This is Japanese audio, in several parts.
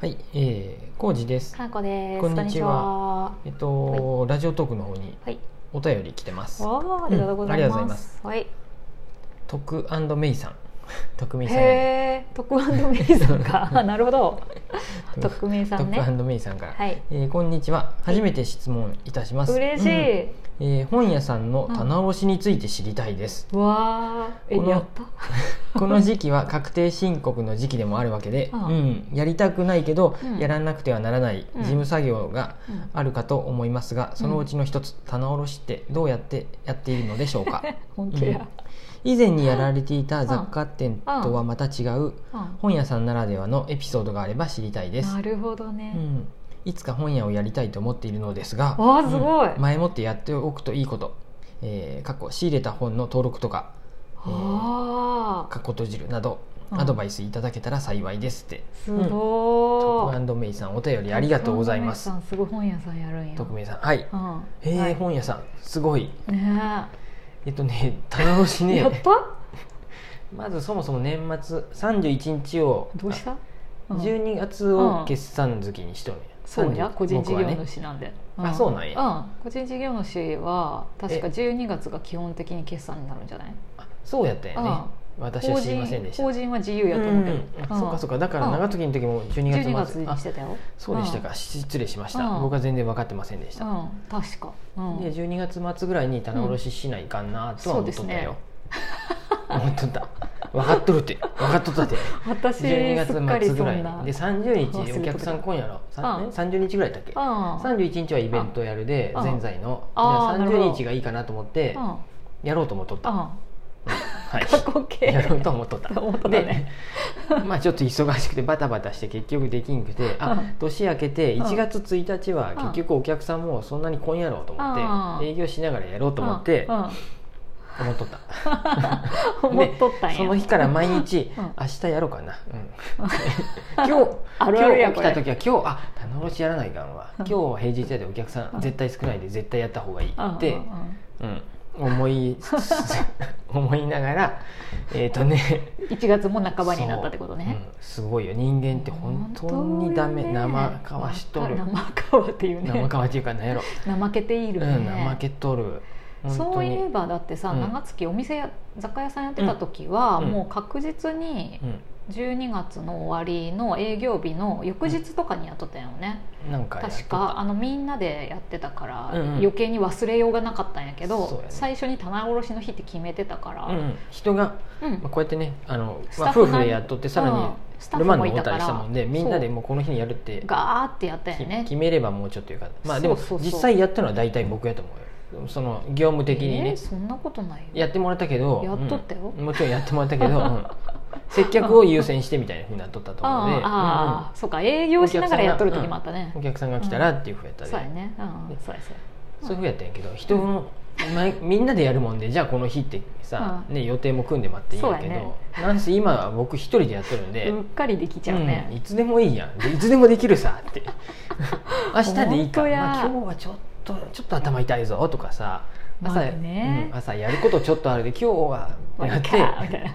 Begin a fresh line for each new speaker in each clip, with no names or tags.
はい、えー、康二です。
かなこです。
こんにちは
こんに
えっと、ラジオトークの方に
ちは。はい。
お便り来てます。
おーありがとうござ
う
い
んありがとうござい
ま
ますす。
はい。
徳メイさん、 徳メイさんよ
へえ、特アンドメイさんか。 あなるほど。
り、
特名さんね。
徳メイさんから。
はい。
えーこんにちは。初めて質問いたします。
嬉しい。
うんえー本屋さんの棚卸しについて知りたい です。
わあ。え
この
やった。
この時期は確定申告の時期でもあるわけで、
ああ
うん、やりたくないけど、
うん
やらなくてはならない
うん
事務作業が
うん
あるかと思いますが、そのうちの一つ、棚卸しってどうやってやっているのでしょうか。
本当や。
以前にやられていた雑貨店とはまた違う
うん
本屋さんならではのエピソードがあれば知りたいです
な、るほど
う
ね。
ん、いつか本屋をやりたいと思っているのですが
わあすごい
うん前もってやっておくといいこと、えー、過去仕入れた本の登録とかうん
ああ。
過去閉じるなど
うん
アドバイスいただけたら幸いですって、
す
うん
ご
ト
い。
クメイさんお便りありがとうございます
特アンドメイさんすごい本屋さんやるんや。
トクメイさんはい
うん。
へえ、
はい
本屋さんすごい
ね
えっとね 棚卸し
え。
ね
やった？
まずそもそも年末31日を
どうした？うん
12月を決算月にしとるんや、
そうや
30
個人事業
僕はね
主なんで、
あそうなんや
うん、個人事業主は確か
え
12月が基本的に決算になるんじゃない
あそうやったんやね
あ
私は
法
知り
人
ませんでした
法人は自由やと
う
思うんけど、
あそうかそううかだから
うん
長時の時も12月
12月
末
にし
あ
てたよ
そうでしたか失礼しまし
う
た
ん
僕は全然分かってませんでし
う
た
ん確か、うん、
で12月末ぐらいに棚卸ししないかなとは思っとったよ 思っとった分かっとるって分かっとったって
私
12
すっか
月
り
末ぐ
そ
らい
ん
に
な
で30
忘れ
日
と
お
った
客さん今夜の
う
さ
ん
ね30日ぐらいだっけ
うん
31日はイベントやるで
うん
全財ので
あーなるほど
30日がいいかなと思って
うん
やろうと思っとった
うん
はい
過去
やろう
形
と思っとった
思っとった
で
ね
まあちょっと忙しくてバタバタして結局できんくて
う
あ
ん
年明けて
うん
1月1日は結局お客さんもそんなに来んやろうと思っ
うん
て営業しながらやろうと思って
うんうん
思っとった
思っとったんや
その日から毎日
うん
明日やろうかなうん 今日
あるあ
今
る
日
や
起
こ
き
れ
た時は今日あ棚卸しやらないかんわ今日は平日やでお客さ
うん
ん絶対少ないで絶対やった方がいい
うん
って
うんうん
うん思い 思いながらえっとね
1月も半ばになったってことね、
そううんすごいよ人間って本当にダメ、
本当よね
生かわしとる
生かわっていうね
生かわっていうか何やろ、
怠けているね、
うん怠けとる
そういえ
う
ばだってさ、
うん
長月お店や雑貨屋さんやってた時は、
うん
もう確実に
う
12月の終わりの営業日の翌日とかにやっとったよね、
ん、なんかやっとった
確かあのみんなでやってたから、
うんうん
余計に忘れようがなかったんやけど
そうやね
最初に棚卸しの日って決めてたから、
うんうん、人が、
うん
まあ、こうやってねあの、
スタ
ま
ッ
あ、
フ
夫
なん
婦でやっとってさら
う
に
んスタッ
ル
フ
マン
も
で
い
持
た
った
か
り
ら
したもんでみんなでもうこの日にやるって
ガーってやったよね
決めればもうちょっとよかったまあでも
そうそうそう
実際やったのは大体僕やと思うよその業務的に
え
ね
ー、そんなことないよ
やってもらったけど
やっとったよ
うんもちろんやってもらったけ ど、うん接客を優先してみたいなふうになっとったと思うので、
ああ、そうか営業しながらやっとる時もあったね、
うんお客さんが来たらっていうふうやったで、
そうやねうん
ね
そうやそうや
そういうふうやったんやけど人の、前みんなでやるもんでじゃあこの日ってさ、
う
ね、予定も組んで待っていいんやけ
そう
ど
やね
なんせ今は僕一人でやってるんで、
うっかりできちゃう
う
ね
ん、いつでもいいやんでいつでもできるさ って明日でいいか
本当や
まあ、今日はちょっとちょっと頭痛いぞとかさ朝,、
まあね
うん朝やることちょっとあるで今日は
まあ
やっ
いい
て
かみたいな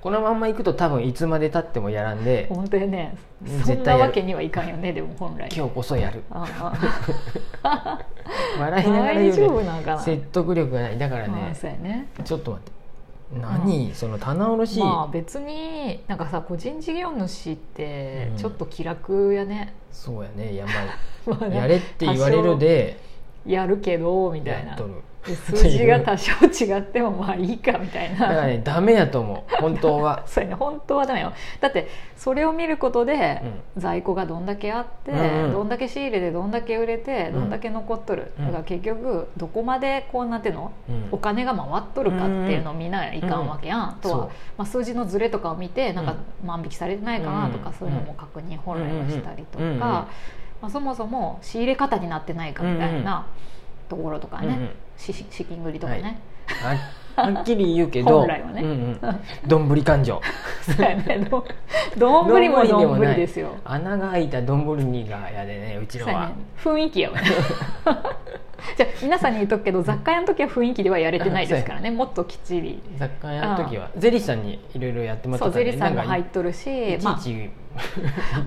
このまんま行くと多分いつまでたってもやらんで
本当やね
うん
そん
絶
な
対や
わ
る
けにはいかんよねでも本来
今日こそやる
あ
笑いながら
大
言う
丈夫
ね
なんかな
説得力がないだから
まあ
ね
そうやね
ちょっと待って何、その棚卸し、
まあ別になんかさ個人事業主って
うん
ちょっと気楽やね
そうやねや,、ま
まあ
あ、
ね
やれって言われるで
やるけどみたい
や
な
っとる
で数字が多少違ってもまあいいかみたい
だから
な
ねダメやと思う本当は
そうやね本当はダメよだってそれを見ることで
うん
在庫がどんだけあって、
うんうん
どんだけ仕入れでどんだけ売れて、
うん
どんだけ残っとる、
うん
だから結局どこまでこうなんていうの
うん
お金が回っとるかっていうのを見ないかんわけやん、とは、
そう
まあ、数字のズレとかを見てなんか万引きされてないかなとか、
うん
そういうのも確認本来はしたりとか、
うんうんうん
まあ、そもそも仕入れ方になってないかみたいなところとかね、
うんうん
しし資金繰りとかね、
ははっきり言うけど
本来はね
うんうん、どんぶり感情
そうやねど どんぶりもどんぶりですよ
穴が開いたどんぶりにがやでねうちら
そうや
は
ね、雰囲気 やわねじゃあ皆さんに言っとくけど雑貨屋の時は雰囲気ではやれてないですからねもっときっちり
雑貨屋の時はゼリーさんにいろいろやってもら
そ
っ
う
てた
ゼ
んで
リーさんも
なんか
入っとるし
いちい
ま
ち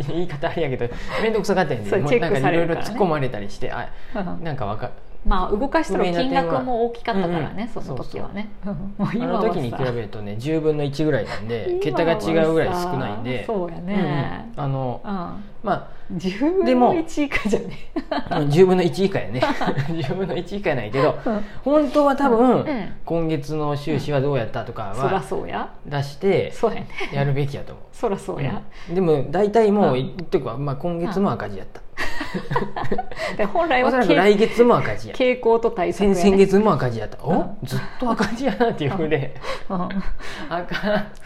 言い方あれやけど面倒くさかったんで、
そう
もう
チェッ
なん
ク
か
さ
い
れ
ろい
るか
ろ
らね
突っ込まれたりしてあ
うん
なんかわか
まあ動かしたら金額も大きかったから
うんうん
ねその時はねうんもう
あ
今
の
は
時に比べるとね10分の1ぐらいなんで
さ
桁が違うぐらい少ないんで
今はさそうや
うんうん
ね、
あの
うん
ま
10分の1以下じゃね
あ10分の1以下やね 10分の1以下やないけど
うん
本当は多分、
うん
今月の収支はどうやったとか
そら
は
そうや
出して
そうやね
やるべきやと思う
そらそうや、
うんでも大体もう
うん
言っとくわ、まあ、今月も赤字やった
で本来
お
は
そらく
傾
来月も赤字や
傾向と対策や、
先先
ね、
月も赤字やったお
う
ずっと赤字やなっていうふうで
うん
赤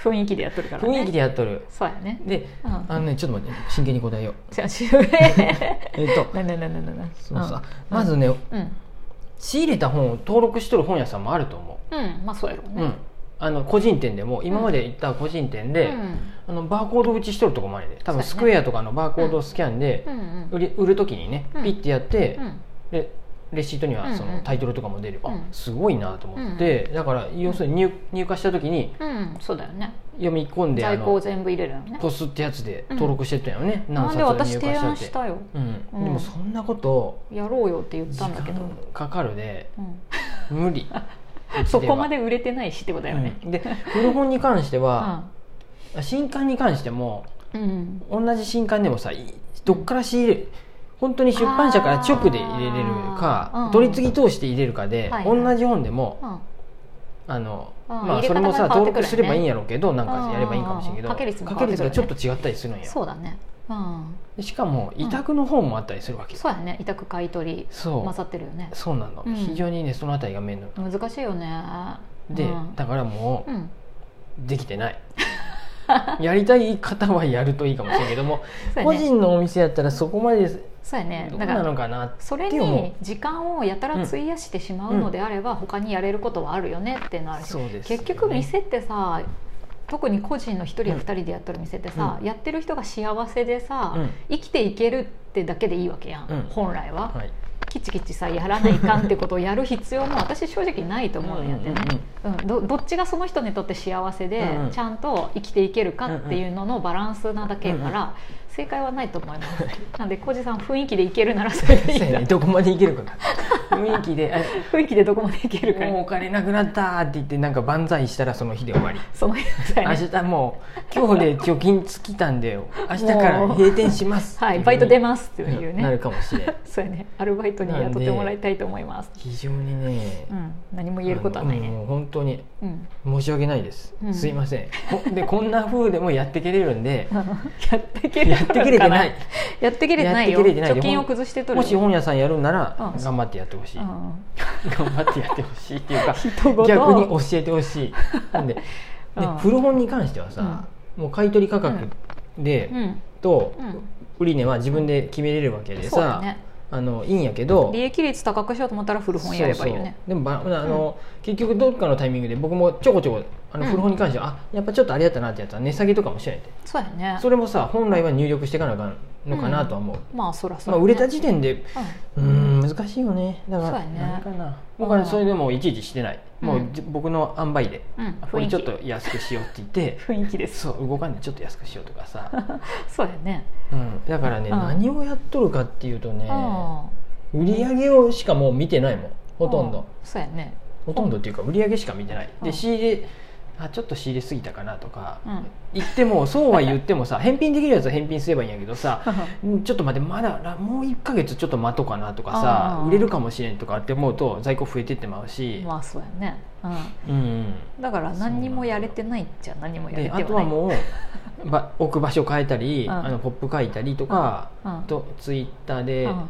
雰囲気でやっとるからね
雰囲気でやっとる
そうやね
で
うん
あのねちょっと待って真剣に答えよう
じゃあ終 了
えっと
なななななな
そうさ、まずね
うんうん、
仕入れた本を登録しとる本屋さんもあると思
うん、まあそうやろう
う、う
ね
ん、あの個人店でも今まで行った個人店
う
で、
ん
あのバーコード打ちしとるとこもあるで多分ス
そうやね
クエアとかのバーコードをスキャンで
うんうん
売り売る時にね
うん
ピッてやって、
うん
でレシートにはそ
うんう
の
ん
タイトルとかも出れば、
うん
すごいなと思って、だから要するに入入荷した時に
うん、そうだよね
読み込んであ
在庫を
の
全部入れるよね
ポスってやつで
うん
登録してったよね、何
なん
冊
で
入荷
私
し
提
た
案
って
したよ
う
うん
ん、でもそんなこと
やろうよって言っ
時
たんだけど、
間かかるで
うん、
無理
そこま
で
で売れてないしってことだよね、
うんで古本に関して
う
は、
ん
新刊に関しても
うん、
同じ新刊でもさいどっから仕入れ本当に出版社から直で入れれる
あー
か
うん
取り次ぎ通して入れるかで、
はいはい
同じ本でも
うん
あの、
うん
まあ
入れ
そ
方
れもさ
が変わっ
登
てくるよね
録すればいいんやろうけどなんかやればいいんかもしれんけど
うんうんうん掛け率も
掛け率がちょっと違ったりするんや
そうだね、うん、
でしかも委託の方もあったりするわけ、
そうやね委託買い取り
そう
混ざってるよね
そうなの、
うん
非常にねそのあたりが面倒
難しいよね
で、
うん
だからも
うん、
うできてない やりたい方はやるといいかもしれんけども、
そう
個
やね
人のお店やったらそこまで
そうやね
どう
だか
な
ら
のかな
それ
って思う
に時間をやたら費やしてしまうのであれば、他にやれることはあるよねってなるし、
そうですよね
結局店ってさ特に個人の1人や2人でやっとる店ってさ、やってる人が幸せでさ、
うん
生きていけるってだけでいいわけやん、
うん
本来は、
はい
きちきちさやらないかんってことをやる必要も私正直 ないと思うんやってね、うんどどっちがその人にとって幸せで、
うんうん
ちゃんと生きていけるかっていうののバランスなだけやから、正解はないと思いますなんで浩二さん雰囲気でいけるならそれでいい
そうや
な
ねどこまでいけ るかな雰囲気であ
雰囲気でどこまでいけるか
もうお金なくなったって言ってなんか万歳したらその日で終わり
その辺だよ
明
ね
日もう今日 で貯金尽きたんで明日から閉店します
はい
ってうふうに
バイト出ますっていう
な
ね
るかもしれん
そうやねアルバイトに雇ってもらいたいと思います
非常にね
うん何も言えることはない
あの
ね
もう本当に
うん
申し訳ないです、
うん
すいませんこ でこんな風でもやってけれるんで
やってけれ
やってけれてない
やってけれてないよ
やってけれてないよ
貯金を崩してとるよ
もし本屋さんやるんなら
うん
頑張ってやってほしい、
うん
頑張ってやってほしいっていうか
人事
逆に教えてほしいなんでで
うん
古本に関してはさ、もう買い取り価格で、
うん
と、
うん
売り値は自分で決めれるわけで
そう
さ
だ、ね
あのいいんやけど
利益率高くしようと思ったら古本やればいいよね
そうそうでもばあの、結局どっかのタイミングで僕もちょこちょこあの
うん
古本に関しては、あやっぱちょっとあれやったなってやつは値下げとかもしてないって
そうやね
それもさ本来は入力していかなあかんのかなとは思う、
まあそらそ
まあ、
らね
売れた時点で
うん
うーん難しいよねだから
そうやね
なんかな僕はそれでもいちいちしてない、
うん
もうじ僕の塩梅で、
うん
これちょっ
雰囲
と安くしようって言 って
気雰囲気です
そう動かんでちょっと安くしようとか さ、
そうやね
うん、だからね、
うん
何をやっとるかっていうとね、
うん
売り上げをしかもう見てないもんほとんど、
うそうや ね
ほとんどっていうか売り上げしか見てない、
う
で
ん
仕入れあちょっと仕入れすぎたかなとか、
うん
言ってもそうは言ってもさ返品できるやつは返品すればいいんやけどさうんちょっと待ってまだらもう1か月ちょっと待とうかなとかさ
あー
売れるかもしれんとかって思うと在庫増えてってまうし、
まあそうやねう
うん、
んだから何にもやれてないっちゃ何もやれ
で
てはない
あとはもう ば置く場所変えたり、
うん
あのポップ書いたりとか、
うん
とツイッター
う
で
ん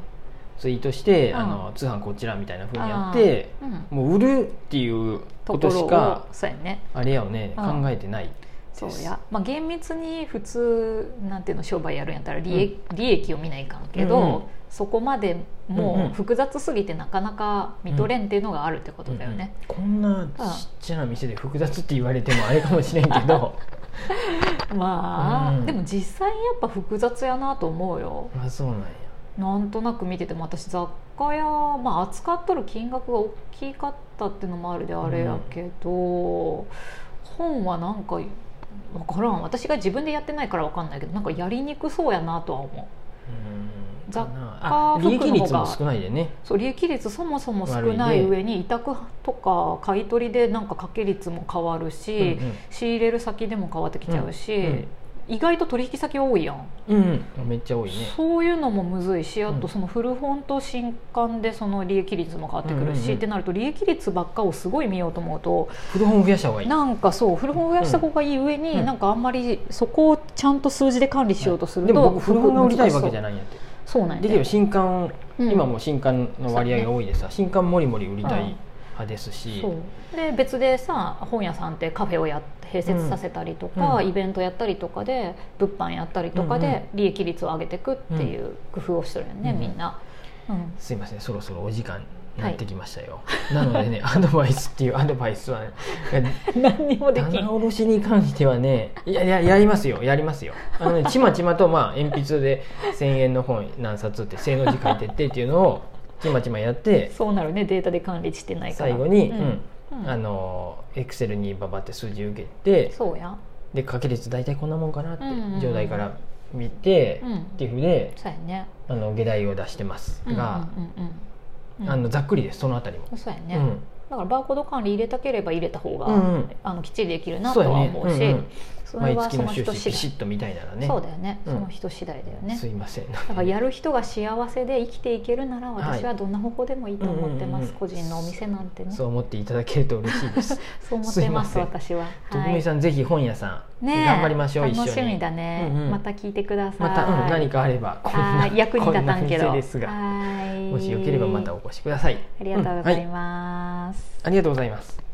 ツイートして、
うん
あの通販こちらみたいなふうにやって、
うん
もう売るっていうこ
とことろ
し
を
か
そうやね
あれやよね、
うん
考えてない
そ
で
う
す
やまあ厳密に普通なんていうの商売やるんやったら利益利益を見ないかん
うん
け
うん
どそこまで
うんう
も
ん
う複雑すぎてなかなか見とれんっていうのがあるってことだよね
うんこんなちっちゃな店で複雑って言われてもあれかもしれんけど
まあ、
うん
でも実際やっぱ複雑やなと思うよ
まあそうなんや
なんとなく見てても私雑貨屋、まあ、扱っとる金額が大きかったっていうのもあるであれやけど、本はなんか分からん私が自分でやってないから分かんないけどなんかやりにくそうやなとは思
う
う
ん
雑貨
あ利益率も少ないでね
そう利益率そもそも少ない上に委託とか買い取りでなんか掛け率も変わるし、仕入れる先でも変わってきちゃうし、
うん
意外と取引先多いやん、
うん、うんうんめっちゃ多いね
そういうのもむずいしあ
うん
とその古本と新刊でその利益率も変わってくるし、
うんうんうん
ってなると利益率ばっかをすごい見ようと思うと
古本を増やした方がいい
なんかそう古本を増やした方がいい上に、
うん
なんかあんまりそこをちゃんと数字で管理しようとする
で
と、
も僕古本が売りたいわけじゃ
ない
ないんやって
そうなんや
で
ね
きれば新刊、
うん
今もう新刊の割合が多いでさ新刊もりもり売りたい派ですし、
そうで別でさ本屋さんってカフェをやっ併設させたりとか、
うん
イベントやったりとかで物販やったりとか
うんうん
で利益率を上げていくっていう工夫をしてるよね、
うん
みんな、うん、
すいませんそろそろお時間になってきましたよ、なので ねアドバイスっていうアドバイスは、ね、
何にもできん
棚卸しに関してはねいやいややりますよやりますよあのねちまちまとまあ鉛筆で1,000円の本何冊って正の字書いてってっていうのをちまちまやって
そうなるねデータで管理してないから
最後に、
う
うんん
うん
あのエクセルにババって数字受けて
そうや
で掛け率大体こんなもんかなって、
うんうんうん
上代から見て、
うん
っていうふうで
そうやね
あの下題を出してますが、
うんうんうんうん
あのざっくりですそのあたりも、
そうやね、
うん
だからバーコード管理入れたければ入れた方が、
うんうん
あのきっちりできるなと
そう
は
やね
思うしそ,、
うんうん
れ
毎
は
月
そ
の
の
収
人
支
次
ピシ
第
ッとみたいならね
そうだよね、
うん
その人次第だよね
すいません
だからやる人が幸せで生きていけるなら
はい
私はどんな方向でもいいと思ってます、
うんうんうん
個人のお店なんてね
そ
そう
う思っていただけると嬉しいです
思ってます
すいま
私は
徳美さんぜひ本屋さん、
ねえ
頑張りましょう一緒
楽
に
しみだね、
うんうん
また聞いてくださ
ま
い
た、うん何かあればこん
は
ない
役に立たんけど
こな店ですが
はい
もしよければまたお越しください
ありがとうござ
んはい
ます、
ありがとうございます